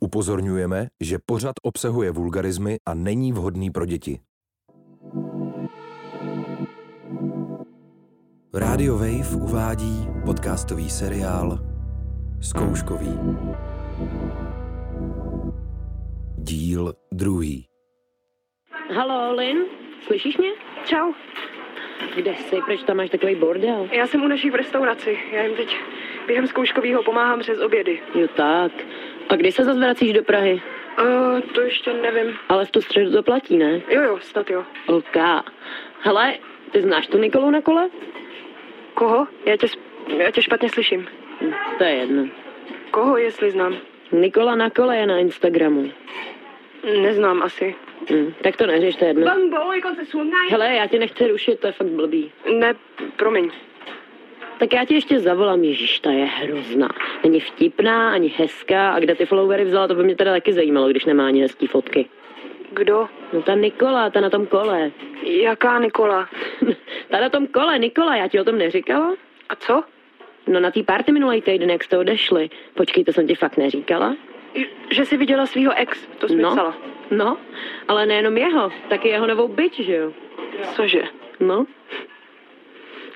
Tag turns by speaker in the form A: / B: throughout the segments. A: Upozorňujeme, že pořad obsahuje vulgarizmy a není vhodný pro děti. Radio Wave uvádí podcastový seriál Zkouškový. Díl druhý.
B: Halo, Lin, slyšíš mě?
C: Čau,
B: Kde jsi? Proč tam máš takový bordel?
C: já jsem u našich v restauraci. Já jim teď během zkouškového pomáhám přes obědy.
B: Jo tak. A kdy se zase vracíš do Prahy?
C: Uh, to ještě nevím.
B: Ale v tu středu to platí, ne?
C: Jo, jo, snad jo.
B: OK. Hele, ty znáš tu Nikolu na kole?
C: Koho? Já tě, s- já tě špatně slyším.
B: Hm, To je jedno.
C: Koho, jestli znám?
B: Nikola na kole je na Instagramu.
C: Neznám asi.
B: Hm, tak to neřeš, to je jedno.
C: Bambolej, konce slunaj.
B: Hele, já tě nechci rušit, to je fakt blbý.
C: Ne, promiň.
B: Tak já ti ještě zavolám, Ježíš, ta je hrozná. Není vtipná, ani hezká a kde ty followery vzala, to by mě teda taky zajímalo, když nemá ani hezký fotky.
C: Kdo?
B: No ta Nikola, ta na tom kole.
C: Jaká Nikola?
B: Ta na tom kole, Nikola, já ti o tom neříkala?
C: A co?
B: No na té party minulý týden, jak jste odešli. Počkej, to jsem ti fakt neříkala.
C: J- Že jsi viděla svého ex, to jsi mi
B: No.
C: psala.
B: No, ale nejenom jeho, taky jeho novou byč, že jo?
C: Cože?
B: No.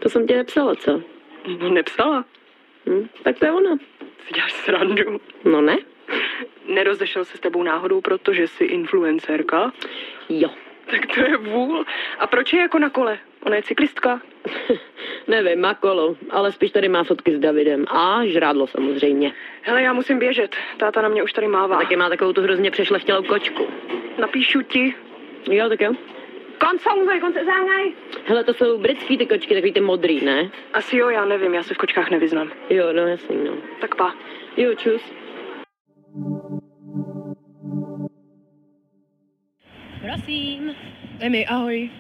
B: To jsem ti nepsala, co?
C: No, Nepsala?
B: Hm? Tak to je ona.
C: Si děláš srandu.
B: No ne?
C: Nerozešel se s tebou náhodou, protože jsi influencerka?
B: Jo.
C: Tak to je vůl. A proč je jako na kole? Ona je cyklistka.
B: Nevím, má kolo, ale spíš tady má fotky s Davidem. A žrádlo samozřejmě.
C: Hele, já musím běžet. Táta na mě už tady mává.
B: Taky má takovou tu hrozně přešlechtělou kočku.
C: Napíšu ti.
B: Jo, tak jo.
C: Koncouzej, konce zángaj.
B: Hele, to jsou britský ty kočky, takový ty modrý, ne?
C: Asi jo, já nevím, já se v kočkách nevyznám.
B: Jo, no jasný, no.
C: Tak pa.
B: Jo, čus. Prosím.
D: Emi, ahoj.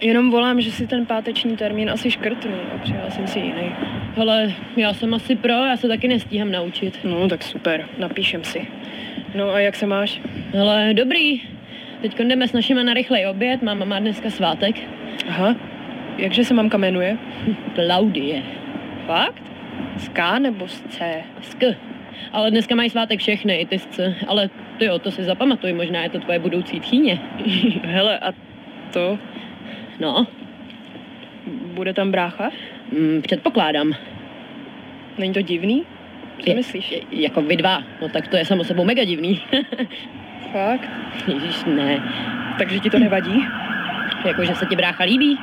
D: Jenom volám, že si ten páteční termín asi škrtnu a přijala jsem si jiný.
B: Hele, já jsem asi pro, já se taky nestíhám naučit.
D: No, tak super, napíšem si. No a jak se máš?
B: Hele, dobrý. Teď jdeme s našima na rychlej oběd, máma má dneska svátek.
D: Aha, jakže se mamka jmenuje?
B: Klaudie.
D: Fakt? Z K nebo z C?
B: Sk. Ale dneska mají svátek všechny, i ty sce. Ale ty jo, to si zapamatuj, možná je to tvoje budoucí tchýně.
D: Hele, a to?
B: No,
D: Bude tam brácha?
B: mm, předpokládám.
D: Není to divný? Co
B: Je-
D: myslíš?
B: J- Jako vy dva, no tak to je samo sebou mega divný.
D: Fakt?
B: Ježíš, ne.
D: Takže ti to nevadí?
B: Jakože se ti brácha líbí?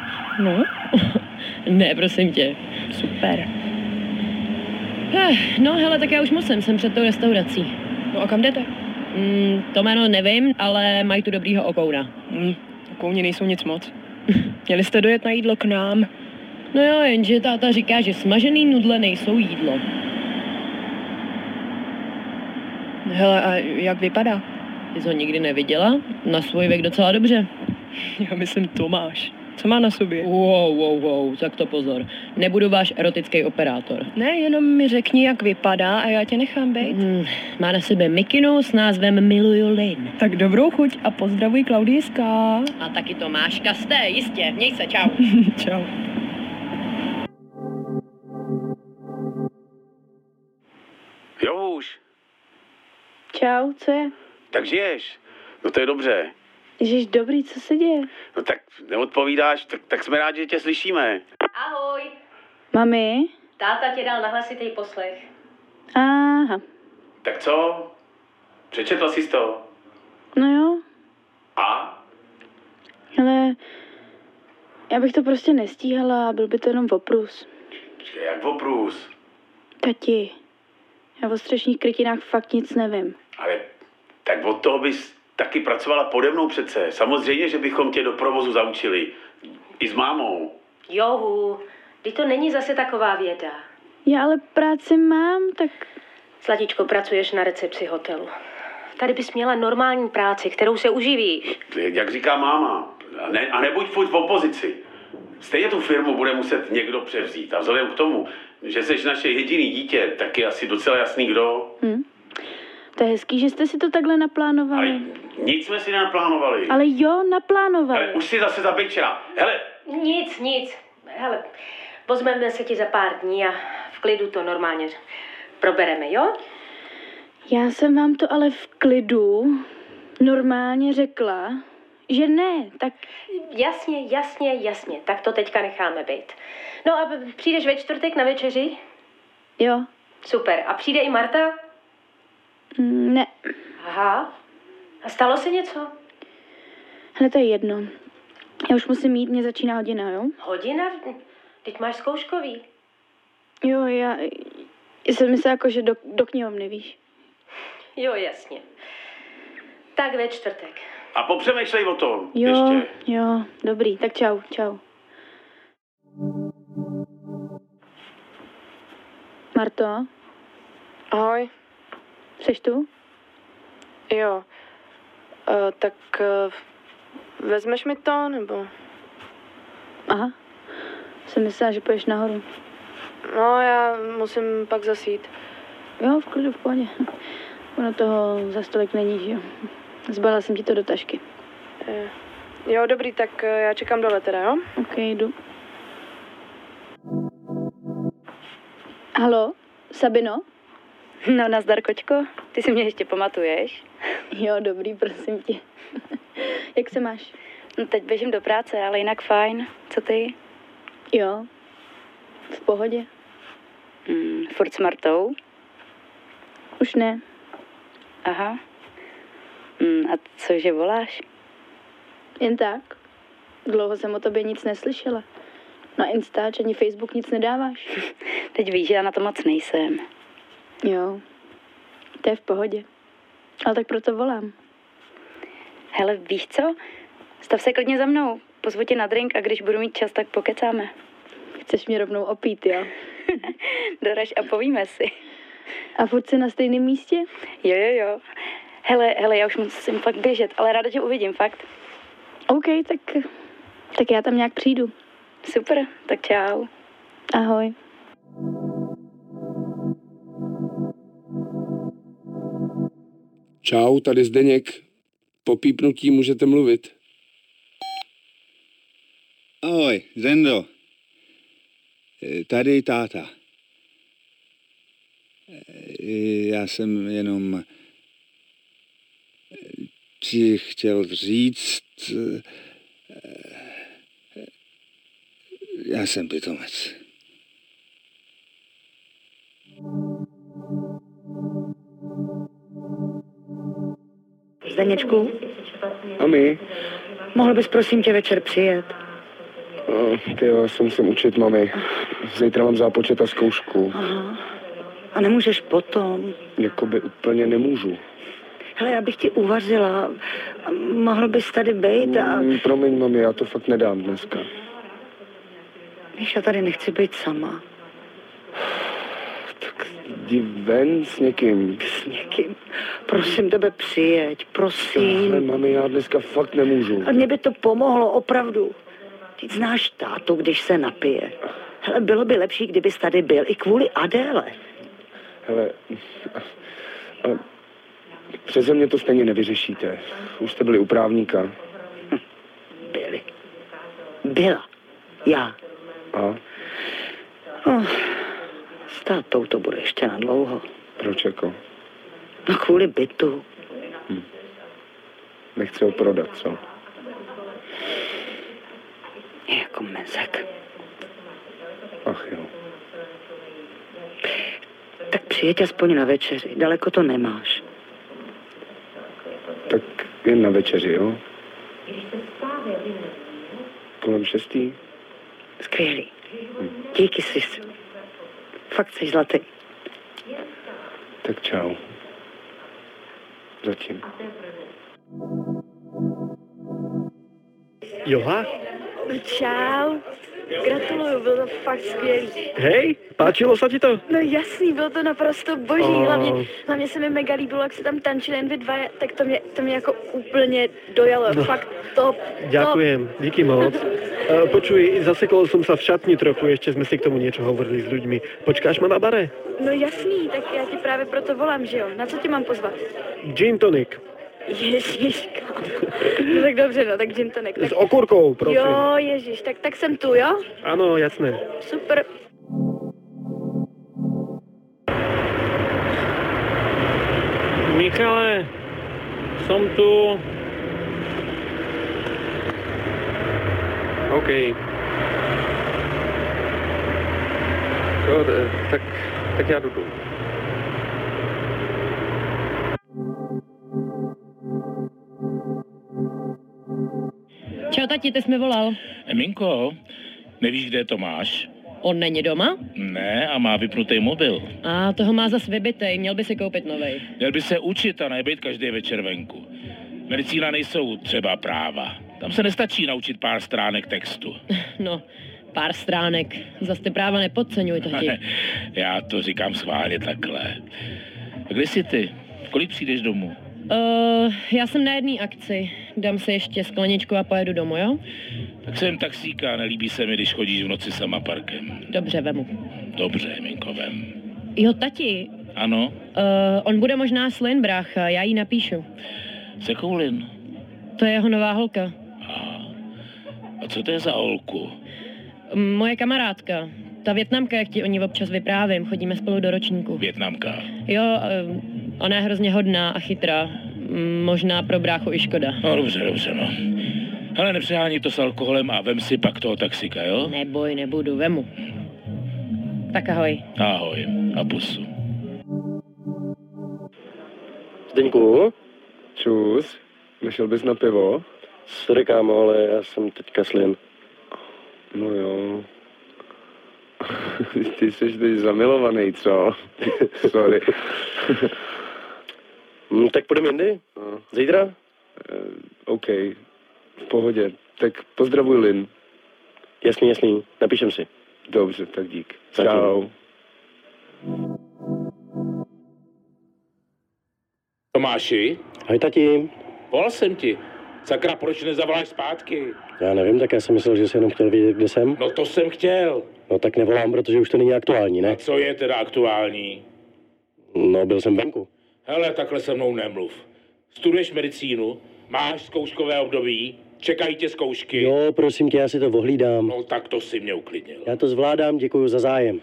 D: No,
B: Ne, prosím tě.
D: super.
B: Eh, No hele, tak já už musím, jsem před tou restaurací.
D: No a kam jdete?
B: Mm, to jméno nevím, ale mají tu dobrýho okouna.
D: Hm, kouni nejsou nic moc. Měli jste dojet na jídlo k nám.
B: No jo, jenže táta říká, že smažený nudle nejsou jídlo.
D: Hele, a jak vypadá?
B: Ty jsi ho nikdy neviděla? Na svůj věk docela dobře.
D: Já myslím Tomáš. Co má na sobě?
B: Wow, wow, wow, tak to pozor. Nebudu váš erotický operátor.
D: Ne, jenom mi řekni, jak vypadá a já tě nechám být.
B: Hmm, má na sebe mikinu s názvem Miluju Lin.
D: Tak dobrou chuť a pozdravuj Klaudiska.
B: A taky Tomáška jste, jistě, měj se, čau.
D: Čau.
E: Jo už,
F: Čau, co je?
E: tak žiješ. No to je dobře.
F: Ježiš, dobrý, co se děje?
E: No tak neodpovídáš, tak, tak jsme rádi, že tě slyšíme.
G: Ahoj,
F: Mami?
G: táta ti dal nahlasitý poslech.
F: Aha,
E: Tak co? Přečetla jsi to?
F: no jo,
E: A?
F: ale já bych to prostě nestíhala a byl by to jenom oprus.
E: Počkej, jak oprus.
F: Tati, já o střešních krytinách fakt nic nevím.
E: Ale tak od toho bys taky pracovala pode mnou přece. Samozřejmě, že bychom tě do provozu zaučili. I s mámou.
G: Johu, ty to není zase taková věda.
F: Já ale práci mám, tak
G: Sladičko, pracuješ na recepci hotelu. Tady bys měla normální práci, kterou se uživíš.
E: Jak říká máma. A, ne, a nebuď furt v opozici. Stejně tu firmu bude muset někdo převzít. A vzhledem k tomu, že jsi naše jediný dítě, tak je asi docela jasný, kdo.
F: to je hezký, že jste si to takhle
E: Ale
F: naplánovali.
E: nic jsme si nenaplánovali.
F: Ale jo,
E: Ale
F: naplánovali.
E: už si zase zabečila. Hele,
G: Nic, nic. Hele, pozmeme se ti za pár dní a v klidu to normálně probereme, jo?
F: Já jsem vám to ale v klidu normálně řekla, že ne, tak
G: Jasně, jasně, jasně, tak to teďka necháme být. No a přijdeš ve čtvrtek na večeři?
F: jo,
G: Super. A přijde i Marta?
F: mm, ne,
G: Aha. A stalo se něco?
F: hele, to je jedno. Já už musím jít, mě začíná hodina, jo?
G: Hodina? Teď máš zkouškový.
F: Jo, já jsem myslela jako, že do, do knihovny, víš.
G: Jo, jasně. Tak ve čtvrtek.
E: A popřemýšlej o tom
F: Jo,
E: ještě.
F: jo, dobrý, tak čau, čau. Marto,
H: Ahoj,
F: seš tu?
H: jo. E, tak e, vezmeš mi to, nebo...
F: Aha, jsem myslela, že půjdeš nahoru.
H: No, já musím pak zasít.
F: Jo, v klidu, v pohodě. Ono toho za stolik není, že jo. Zbala jsem ti to do tašky.
H: E, jo, dobrý, tak e, já čekám dole teda, jo?
F: OK, jdu. Halo, Sabino?
I: No, nazdar, kočko. Ty si mě ještě pamatuješ?
F: Jo, dobrý, prosím tě. Jak se máš?
I: No, teď běžím do práce, ale jinak fajn. Co ty?
F: Jo, v pohodě.
I: Hmm, furt s Martou?
F: Už ne.
I: Aha. Hmm, a cože voláš?
F: Jen tak. Dlouho jsem o tobě nic neslyšela. Na Instač ani Facebook nic nedáváš.
I: Teď víš, že já na to moc nejsem.
F: Jo, to je v pohodě. Ale tak proto volám.
I: Hele, víš co? Stav se klidně za mnou. Pozvu tě na drink a když budu mít čas, tak pokecáme.
F: Chceš mě rovnou opít, jo?
I: Doraž a povíme si.
F: A furt jsi na stejném místě?
I: Jo, jo, jo. Hele, hele, já už musím fakt běžet, ale ráda tě uvidím, fakt.
F: OK, tak, tak já tam nějak přijdu.
I: Super, tak čau.
F: Ahoj.
J: Čau, tady Zdeněk. Po pípnutí můžete mluvit.
K: Ahoj, Zendo. E, Tady táta. E, Já jsem jenom e, ti chtěl říct... e, Já jsem pitomec.
L: Zdeněčku,
J: A my?
L: mohl bys prosím tě večer přijet?
J: No, ty jo, se musím učit, mami. Zítra mám zápočet a zkoušku.
L: Aha. A nemůžeš potom.
J: Jakoby úplně nemůžu.
L: Hele, já bych ti uvařila. A Mohl bys tady být a...
J: Mm, promiň, mami, já to fakt nedám dneska.
L: Víš, já tady nechci být sama.
J: Jdi ven s někým.
L: S někým. Prosím tebe, přijeď.
J: Ale
L: Prosím.
J: mami, já dneska fakt nemůžu.
L: A mě by to pomohlo, opravdu. Ty znáš tátu, když se napije. Hele, bylo by lepší, kdybys tady byl. I kvůli Adéle.
J: Hele, ale přeze mě to stejně nevyřešíte. Už jste byli u právníka.
L: Byli. Byla. Já.
J: A
L: Oh, s tátou to bude ještě na dlouho.
J: proč jako?
L: No kvůli bytu.
J: Nechci ho prodat, co?
L: Je jako mezek.
J: Ach jo.
L: Tak přijeď aspoň na večeři. Daleko to nemáš.
J: Tak jen na večeři, jo? Kolem šestý? Hm.
L: Skvělý. Díky jsi. Fakt jsi zlatý.
J: Tak čau. Zatím.
M: Joha?
N: Čau. Gratuluju, bylo to fakt skvělý.
M: Hej, páčilo se ti to?
N: No jasný, bylo to naprosto boží.
M: Oh.
N: Hlavně, hlavně se mi mega líbilo, jak se tam tančili jen vy dva, tak to mě, to mě jako úplně dojalo.
M: No.
N: No. Fakt top.
M: Ďakujem, díky moc. E, Počuj, zasekol som sa v šatni trochu, ešte sme si k tomu niečo hovorili s ľuďmi. Počkáš ma na bare?
N: Top. No jasný, tak já ti právě proto volám, že jo. Na co tě mám pozvat?
M: Gin tonic.
N: Ježíška. No tak dobře, no, tak gin tonic. Tak...
M: S okurkou, prosím.
N: Jo, ježíš, tak, tak jsem tu, jo?
M: Áno, jasné.
N: Super.
M: Michale, jsem tu. OK. Jo, t- tak, tak já jdu dolů.
B: Čau, tati, ty jsi mi volal.
O: Minko, nevíš, kde to máš?
B: On není doma?
O: Ne, a má vypnutý mobil.
B: A toho má zas vybitej, měl by si koupit novej.
O: Měl by se učit a nebejt každý večer venku. Medicína nejsou třeba práva. Tam se nestačí naučit pár stránek textu.
B: No, pár stránek. Zas ty práva nepodceňuj, tati.
O: Já to říkám schválně takhle. A Kdy jsi ty? V Kolik přijdeš domů?
B: Uh, já jsem na jedné akci. Dám si ještě skleničku a pojedu domů, jo?
O: Tak jsem taxíka, nelíbí se mi, když chodíš v noci sama parkem.
B: Dobře, vemu.
O: Dobře, Minko, vem.
B: Jo, tati,
O: Ano,
B: uh, on bude možná slin, brácha, já jí napíšu.
O: Sekoulin.
B: To je jeho nová holka.
O: A co to je za holku?
B: M, Moje kamarádka. Ta větnamka, jak ti o ní občas vyprávím, chodíme spolu do ročníku.
O: Větnamka.
B: Jo, uh, ona je hrozně hodná a chytrá. M, Možná pro bráchu i škoda.
O: No dobře, dobře, no. Hele, nepřehání to s alkoholem a vem si pak toho taxika, jo?
B: Neboj, nebudu, vemu. Tak ahoj.
O: Ahoj, na pusu.
P: Zdeňku,
Q: Čus, nešel bys na pivo?
P: sorry kámo, ale já jsem teďka slin.
Q: No jo. Ty jsi teď zamilovaný, co? Sorry.
P: Hm, tak půjdeme jindy? Zítra?
Q: No. Eh, OK, v pohodě. Tak pozdravuj Lin.
P: Jasný, jasný, napíšem si.
Q: Dobře, tak dík.
P: Zatím.
Q: Čau.
O: Tomáši,
P: Hej tati.
O: volal jsem ti. Sakra, proč nezavoláš zpátky?
P: Já nevím, tak já jsem myslel, že jsi jenom chtěl vědět, kde jsem.
O: No to jsem chtěl.
P: No tak nevolám, protože už to není aktuální, ne?
O: Co je teda aktuální?
P: No, byl jsem venku.
O: Hele, takhle se mnou nemluv. Studuješ medicínu, máš zkouškové období, čekají tě zkoušky.
P: Jo, prosím tě, já si to ohlídám.
O: No tak to si mě uklidnil.
P: Já to zvládám, děkuji za zájem.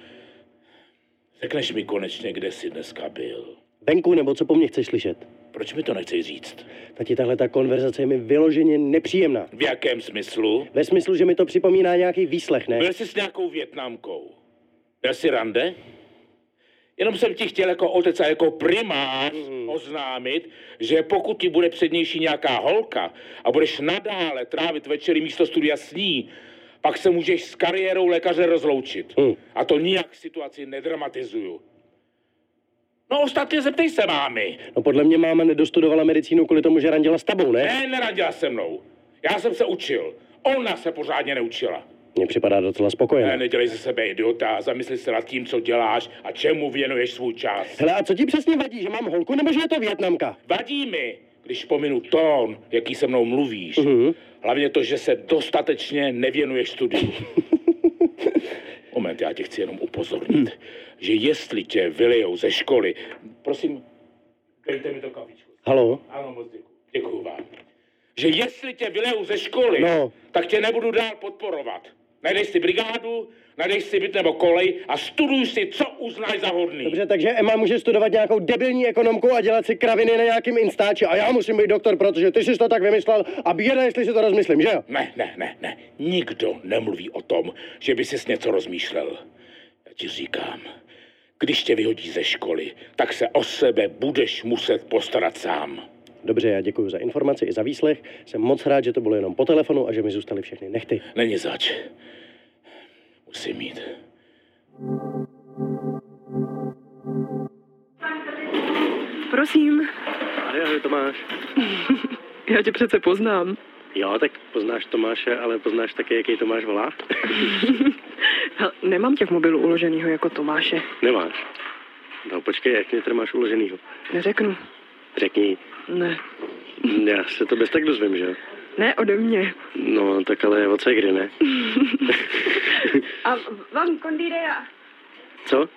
O: Řekneš mi konečně, kde jsi dneska byl.
P: Venku, nebo co po mně chceš slyšet?
O: Proč mi to nechceš říct?
P: Tati, tahle ta konverzace je mi vyloženě nepříjemná.
O: V jakém smyslu?
P: Ve smyslu, že mi to připomíná nějaký výslech, ne?
O: Byl jsi s nějakou větnamkou. Byl jsi rande? Jenom jsem ti chtěl jako otec a jako primář
P: Hmm.
O: oznámit, že pokud ti bude přednější nějaká holka a budeš nadále trávit večery místo studia s ní, pak se můžeš s kariérou lékaře rozloučit.
P: Hmm.
O: A to nijak situaci nedramatizuju. No ostatně zeptej se mámy.
P: No podle mě máma nedostudovala medicínu kvůli tomu, že randila s tebou, ne?
O: Ne, neradila se mnou. Já jsem se učil. Ona se pořádně neučila.
P: Mně připadá docela
O: Ne,
P: spokojená.
O: nedělej ze sebe idiota, zamysli se nad tím, co děláš a čemu věnuješ svůj čas.
P: Hele, a co ti přesně vadí, že mám holku, nebo že je to Větnamka?
O: Vadí mi, když pominu tón, jaký se mnou mluvíš. Hlavně to, že se dostatečně nevěnuješ studiu. Moment, já tě chci jenom upozornit, že jestli tě vylejou ze školy, prosím, dejte mi to kafičku.
P: Halo?
O: Ano, moc děkuji. Děkuji vám. Že jestli tě vylejou ze školy,
P: No.
O: tak tě nebudu dál podporovat. Najdeš si brigádu, najdeš si byt nebo kolej a studuj si, co uznáš za hodný.
P: Dobře, takže Emma může studovat nějakou debilní ekonomku a dělat si kraviny na nějakým instáči a já musím být doktor, protože ty jsi to tak vymyslel a bída, jestli si to rozmyslím, že jo?
O: Ne, ne, ne, ne. Nikdo nemluví o tom, že by ses něco rozmýšlel. Já ti říkám, když tě vyhodí ze školy, tak se o sebe budeš muset postarat sám.
P: Dobře, já děkuji za informaci i za výslech. Jsem moc rád, že to bylo jenom po telefonu a že mi zůstaly všechny nechty.
O: Není zač. Musím mít.
C: Prosím.
P: Ahoj, ahoj Tomáš.
C: Já tě přece poznám.
P: Jo, tak poznáš Tomáše, ale poznáš také, jaký Tomáš volá?
C: Hele, nemám tě v mobilu uloženýho jako Tomáše.
P: Nemáš. No počkej, jak mě tady máš uloženýho?
C: Neřeknu.
P: Řekni,
C: Ne.
P: já se to bez tak dozvím, že jo?
C: Ne ode mě.
P: No, tak ale od kdy ne?
C: A vám kondýrea.
P: Co?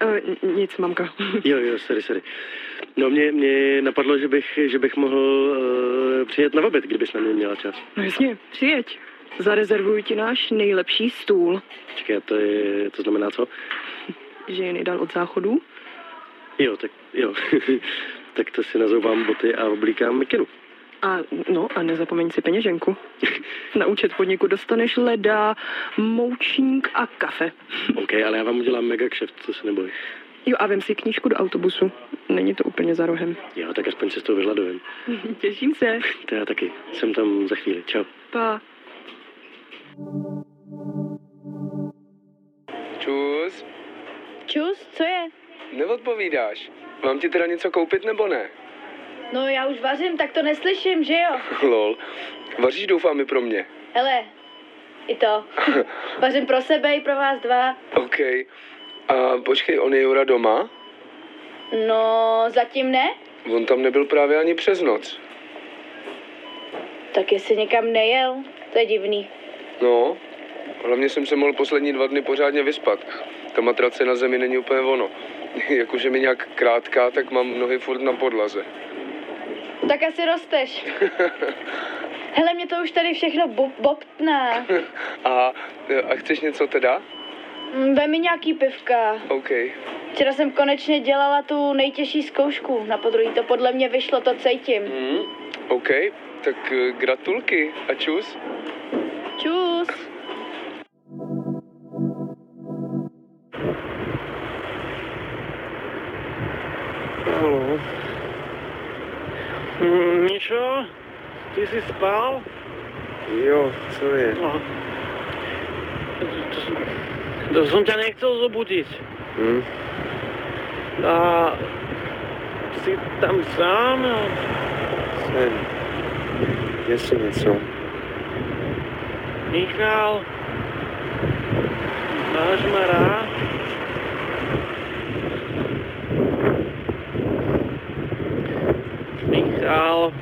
C: E, nic, mamka.
P: Jo, jo, sorry, sorry. No mě, mě napadlo, že bych, že bych mohl uh, přijet na oběd, kdybys na mě měla čas.
C: No jasně, přijeď. Zarezervuju ti náš nejlepší stůl,
P: Čekaj, to, je, to znamená co?
C: že je nejdál od záchodu.
P: Jo, tak jo.
R: tak to si nazouvám boty a oblíkám mikinu.
C: A no a nezapomeň si peněženku. Na účet podniku dostaneš leda, moučník a kafe.
R: OK, ale já vám udělám mega kšeft, co se neboj.
C: Jo a vem si knížku do autobusu. Není to úplně za rohem.
R: Jo, tak aspoň se z toho vyhladovím.
C: Těším se.
R: To já taky. Jsem tam za chvíli. Čau.
C: Pa.
S: Čus,
F: Čus, co je?
S: neodpovídáš. Mám ti teda něco koupit nebo ne?
F: No já už vařím, tak to neslyším, že jo?
S: Lol, vaříš doufám i pro mě.
F: Hele, i to. Vařím pro sebe i pro vás dva.
S: OK, a počkej, on je Jura doma?
F: No, zatím ne?
S: On tam nebyl právě ani přes noc.
F: Tak jestli někam nejel, to je divný.
S: No, hlavně jsem se mohl poslední dva dny pořádně vyspat. Ta matrace na zemi není úplně ono. Jak už je mi nějak krátká, tak mám nohy furt na podlaze.
F: Tak asi rosteš. Hele, mě to už tady všechno bo- bobtná.
S: a, a chceš něco teda?
F: Mm, Vem mi nějaký pivka.
S: OK.
F: Včera jsem konečně dělala tu nejtěžší zkoušku. Na podruhý to podle mě vyšlo, to cítím.
S: Mm, OK, tak eh, gratulky a čus.
F: Čus.
M: Halo. Mm, Mišo, ty jsi spal?
S: Jo, co je?
M: No. To, to jsem tě nechcel zobudit.
S: Hm?
M: A jsi tam sám? A...
S: Jsem. Jestli něco.
M: Michal, máš mě rád? Michal,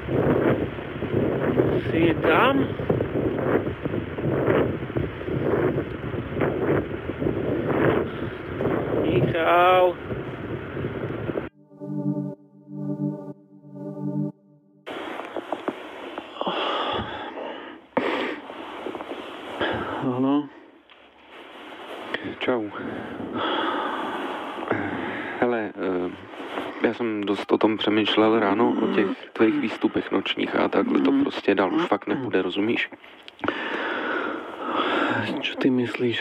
M: jsi tam? Michal.
S: Ano. Čau.
T: Hele, eh, já jsem dost o tom přemýšlel ráno, o těch tvých výstupech nočních a takhle
R: Mhm.
T: to prostě dál už fakt nepůjde, rozumíš?
R: Co ty myslíš?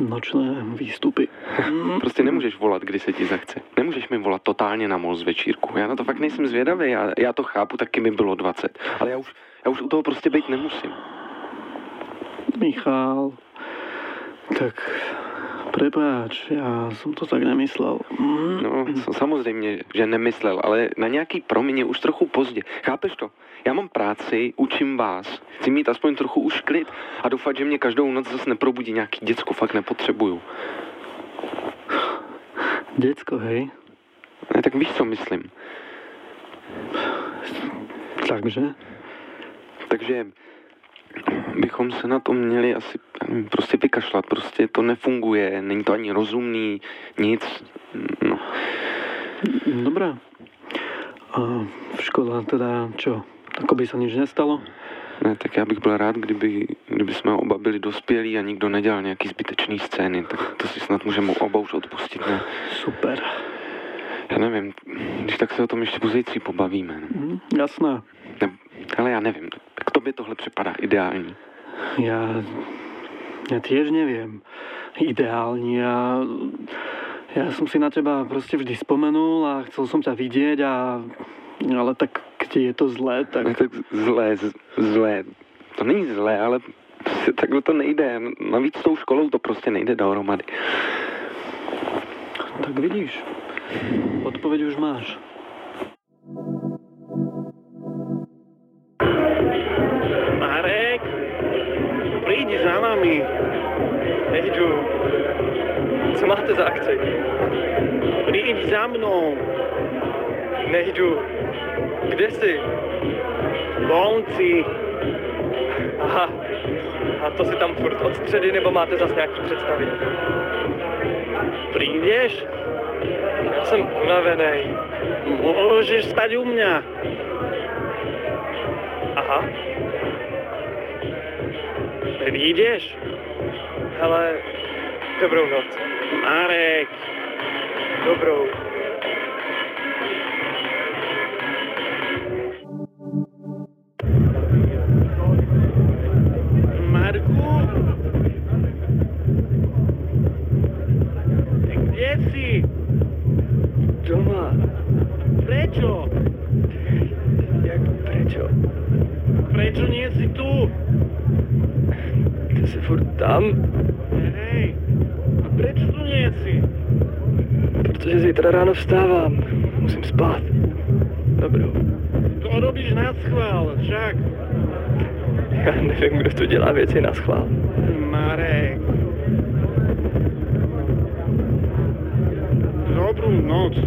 R: Nočné výstupy. Mhm.
T: Prostě nemůžeš volat, kdy se ti zachce. Nemůžeš mi volat totálně na mol z večírku. Já na to fakt nejsem zvědavý, já, já to chápu, taky mi bylo 20. Ale já už, já už u toho prostě být nemusím.
R: Michal, tak prepáč, já jsem to tak nemyslel. Mm-hmm.
T: No, s- samozřejmě, že nemyslel, ale na nějaký promině už trochu pozdě. Chápeš to? Já mám práci, učím vás. Chci mít aspoň trochu už klid a doufat, že mě každou noc zase neprobudí nějaký děcko, fakt nepotřebuju.
R: Děcko, hej.
T: Ne, tak víš, co myslím.
R: Takže?
T: Takže bychom se na to měli asi já nevím, prostě vykašlat. Prostě to nefunguje, není to ani rozumný, nic. No.
R: Dobré. A škoda teda čo? Ako Jako by sa nič nestalo?
T: Ne, tak já bych byl rád, kdyby, kdyby jsme oba byli dospělí a nikdo nedělal nějaký zbytečný scény, tak to si snad můžeme oba už odpustit, ne?
R: Super.
T: Já nevím, když tak se o tom ještě později pobavíme. Ne?
R: Hm, jasné.
T: Ale já nevím, k tobě tohle připadá ideální.
R: Ja, ja tiež neviem. Ideálne. Ja, ja som si na teba proste vždy spomenul a chcel som ťa vidieť a... Ale tak keď je to zlé, tak...
T: Ne, No tak zlé, z- zlé. To není zlé, ale prostě takhle to nejde. Navíc s tou školou to prostě nejde dohromady.
R: Tak vidíš. Odpoveď už máš.
M: Marek, prídi za nami. Nejdu. Co máte za akci? Príď za mnou. Nejdu. Kde jsi? Volci.
Q: Aha, a to si tam furt od středy, nebo máte zase nějaký představy?
M: Prídeš? Já jsem unavený. Můžeš spát u mě.
Q: Aha.
M: Prídeš?
Q: Hele, dobrou noc.
M: Marek.
Q: Dobrou.
M: prečo? Jak prečo? Prečo nie si tu?
Q: Ty jsi furt tam,
M: Hej, a prečo tu nie si?
Q: protože zítra ráno vstávám. Musím spát. Dobrou.
M: To robíš na schvál, však.
Q: Já nevím, kdo to dělá věci na schvál.
M: Marek. Dobrou noc.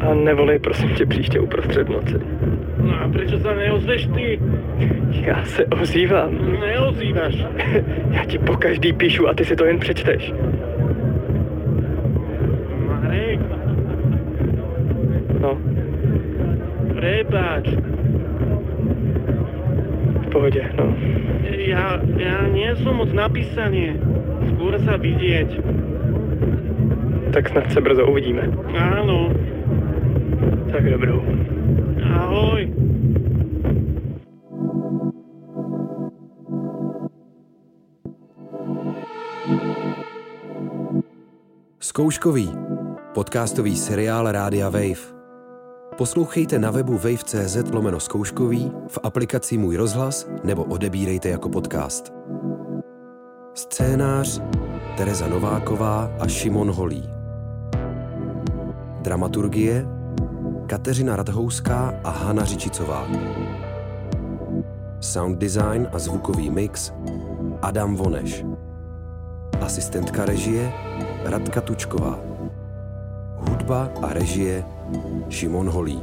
Q: A nevolej prosím tě příště uprostřed noci.
M: No a prečo sa neozveš ty?
Q: Já se ozývám.
M: Neozývaš.
Q: Já ti po každý píšu a ty si to jen přečteš.
M: Marek,
Q: No,
M: prepáč.
Q: v pohodě, no.
M: Ja, ja nie som moc napísanie. Skôr sa vidieť.
Q: Tak snad se brzo uvidíme.
M: Áno.
Q: Tak dobrou.
M: Ahoj.
A: Zkouškový. Podcastový seriál Rádia Wave. Poslouchejte na webu wave.cz lomeno zkouškový, v aplikaci Můj rozhlas nebo odebírejte jako podcast. Scénář Tereza Nováková a Šimon Holí. Dramaturgie Kateřina Radhouská a Hana Řičicová. Sound design a zvukový mix Adam Voneš. Asistentka režie Radka Tučková. Hudba a režie Šimon Holí.